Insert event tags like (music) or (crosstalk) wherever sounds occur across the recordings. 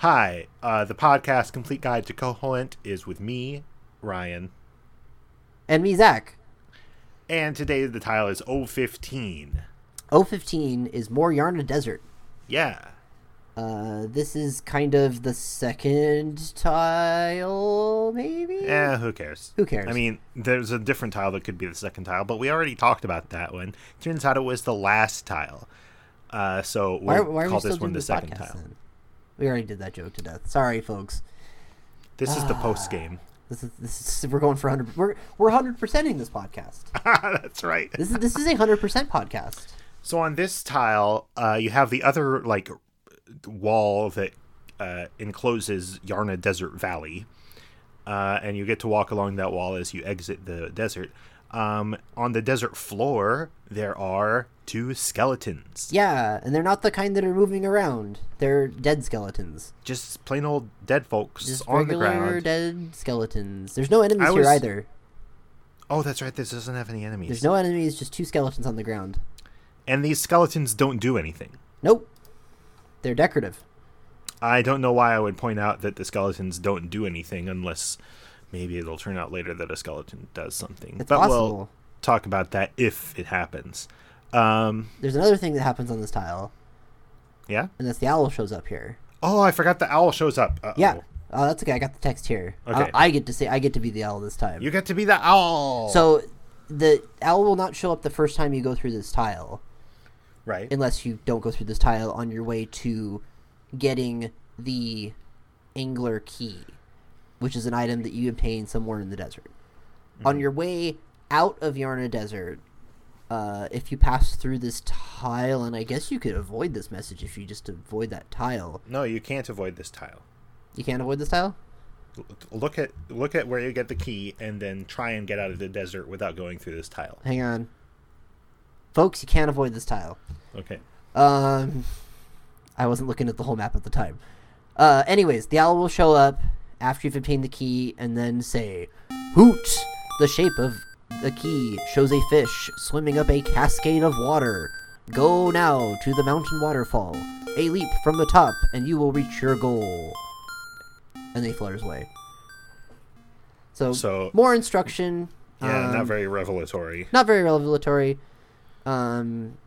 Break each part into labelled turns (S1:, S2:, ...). S1: Hi, uh, the podcast Complete Guide to Coholent is with me, Ryan,
S2: And me, Zach.
S1: and today the title is 015.
S2: 015 is More Yarna Desert.
S1: Yeah.
S2: Uh, this is kind of the second tile, maybe?
S1: Eh, who cares?
S2: Who cares?
S1: I mean, there's a different tile that could be the second tile, but we already talked about that one. Turns out it was the last tile. Uh, so
S2: why,
S1: we'll
S2: are- why are we
S1: call
S2: still
S1: this
S2: doing
S1: one the
S2: this
S1: second
S2: podcast,
S1: tile.
S2: then? We already did that joke to death. Sorry, folks.
S1: This is the
S2: Ah.
S1: post game.
S2: This is, this is we're going for 100 we're we're 100%ing this podcast.
S1: (laughs) That's right.
S2: This is this is a 100% podcast.
S1: So on this tile, uh, you have the other like wall that uh, encloses Yarna Desert Valley, uh, and you get to walk along that wall as you exit the desert. Um, on the desert floor, there are two skeletons,
S2: Yeah, and they're not the kind that are moving around. They're dead skeletons.
S1: just plain old dead folks
S2: Just
S1: on the
S2: regular
S1: ground.
S2: dead skeletons. There's no enemies
S1: I
S2: here
S1: was-
S2: either.
S1: oh, that's right. This doesn't have any enemies.
S2: There's no enemies, just two skeletons on the ground.
S1: and these skeletons don't do anything.
S2: Nope. They're decorative.
S1: I don't know why I would point out that the skeletons don't do anything unless maybe it'll turn out later that a skeleton does something.
S2: It's
S1: but we'll
S2: possible.
S1: talk about that if it happens. Um,
S2: There's another thing that happens on this tile,
S1: yeah.
S2: and that's the owl shows up here.
S1: Oh, I forgot the owl shows up. Uh-oh.
S2: Yeah. Oh, that's okay. I got the text here. I-
S1: Okay.
S2: I, get to say I get to be the owl this time.
S1: You get to be the owl.
S2: So the owl will not show up the first time you go through this tile,
S1: right.
S2: unless you don't go through this tile on your way to getting the angler key, which is an item that you obtain somewhere in the desert. On your way out of Yarna Desert, uh, if you pass through this tile, and I guess you could avoid this message if you just avoid that tile.
S1: no, you can't avoid this tile.
S2: You can't avoid this tile.
S1: L- Look at look at where you get the key, and then try and get out of the desert without going through this
S2: (laughs)
S1: tile.
S2: Hang on, folks. You can't avoid this tile.
S1: Okay.
S2: Um, I wasn't looking at the whole map at the time. Uh, anyways, the owl will show up after you've obtained the key and then say, Hoot! The shape of the key shows a fish swimming up a cascade of water. Go now to the mountain waterfall. A leap from the top, and you will reach your goal. And they flutters away. So,
S1: So-
S2: more instruction.
S1: Yeah,
S2: um,
S1: not very revelatory.
S2: not very revelatory. Um,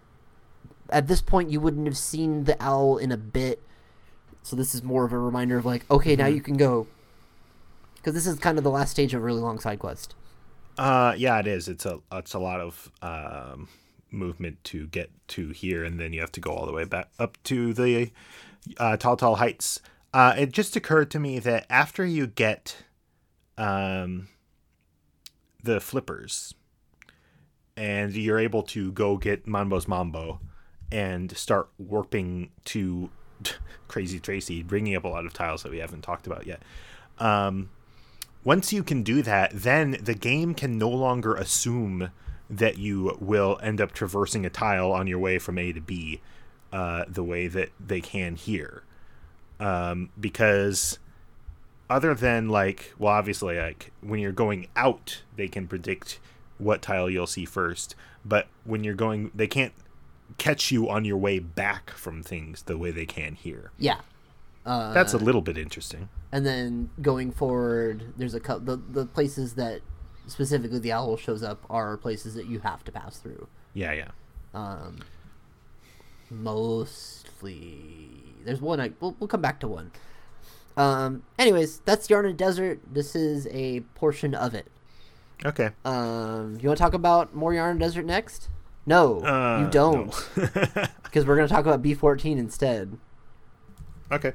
S2: at this point, you wouldn't have seen the owl in a bit, so this is more of a reminder of like, okay, now you can go, because this is kind of the last stage of a really long side quest.
S1: Uh, yeah, it is. It's a it's a lot of um, movement to get to here, and then you have to go all the way back up to the uh, Tall Tall Heights. Uh, it just occurred to me that after you get um, the flippers, and you're able to go get Mambo's Mambo and start warping to (laughs) Crazy Tracy, bringing up a lot of tiles that we haven't talked about yet. Um, once you can do that, then the game can no longer assume that you will end up traversing a tile on your way from A to B uh, the way that they can here. Um, because other than like, well, obviously, like when you're going out, they can predict what tile you'll see first. But when you're going, they can't catch you on your way back from things the way they can here.
S2: Yeah,
S1: That's a little bit interesting.
S2: and then going forward, there's a couple the the places that specifically the owl shows up are places that you have to pass through.
S1: Yeah, yeah.
S2: Um, mostly. There's one. I, we'll, we'll come back to one. Um, anyways, that's Yarna Desert. This is a portion of it.
S1: Okay.
S2: Um, you want to talk about more Yarna Desert next? No,
S1: Uh, (laughs)
S2: you don't. Because we're going to talk about B14 instead.
S1: Okay.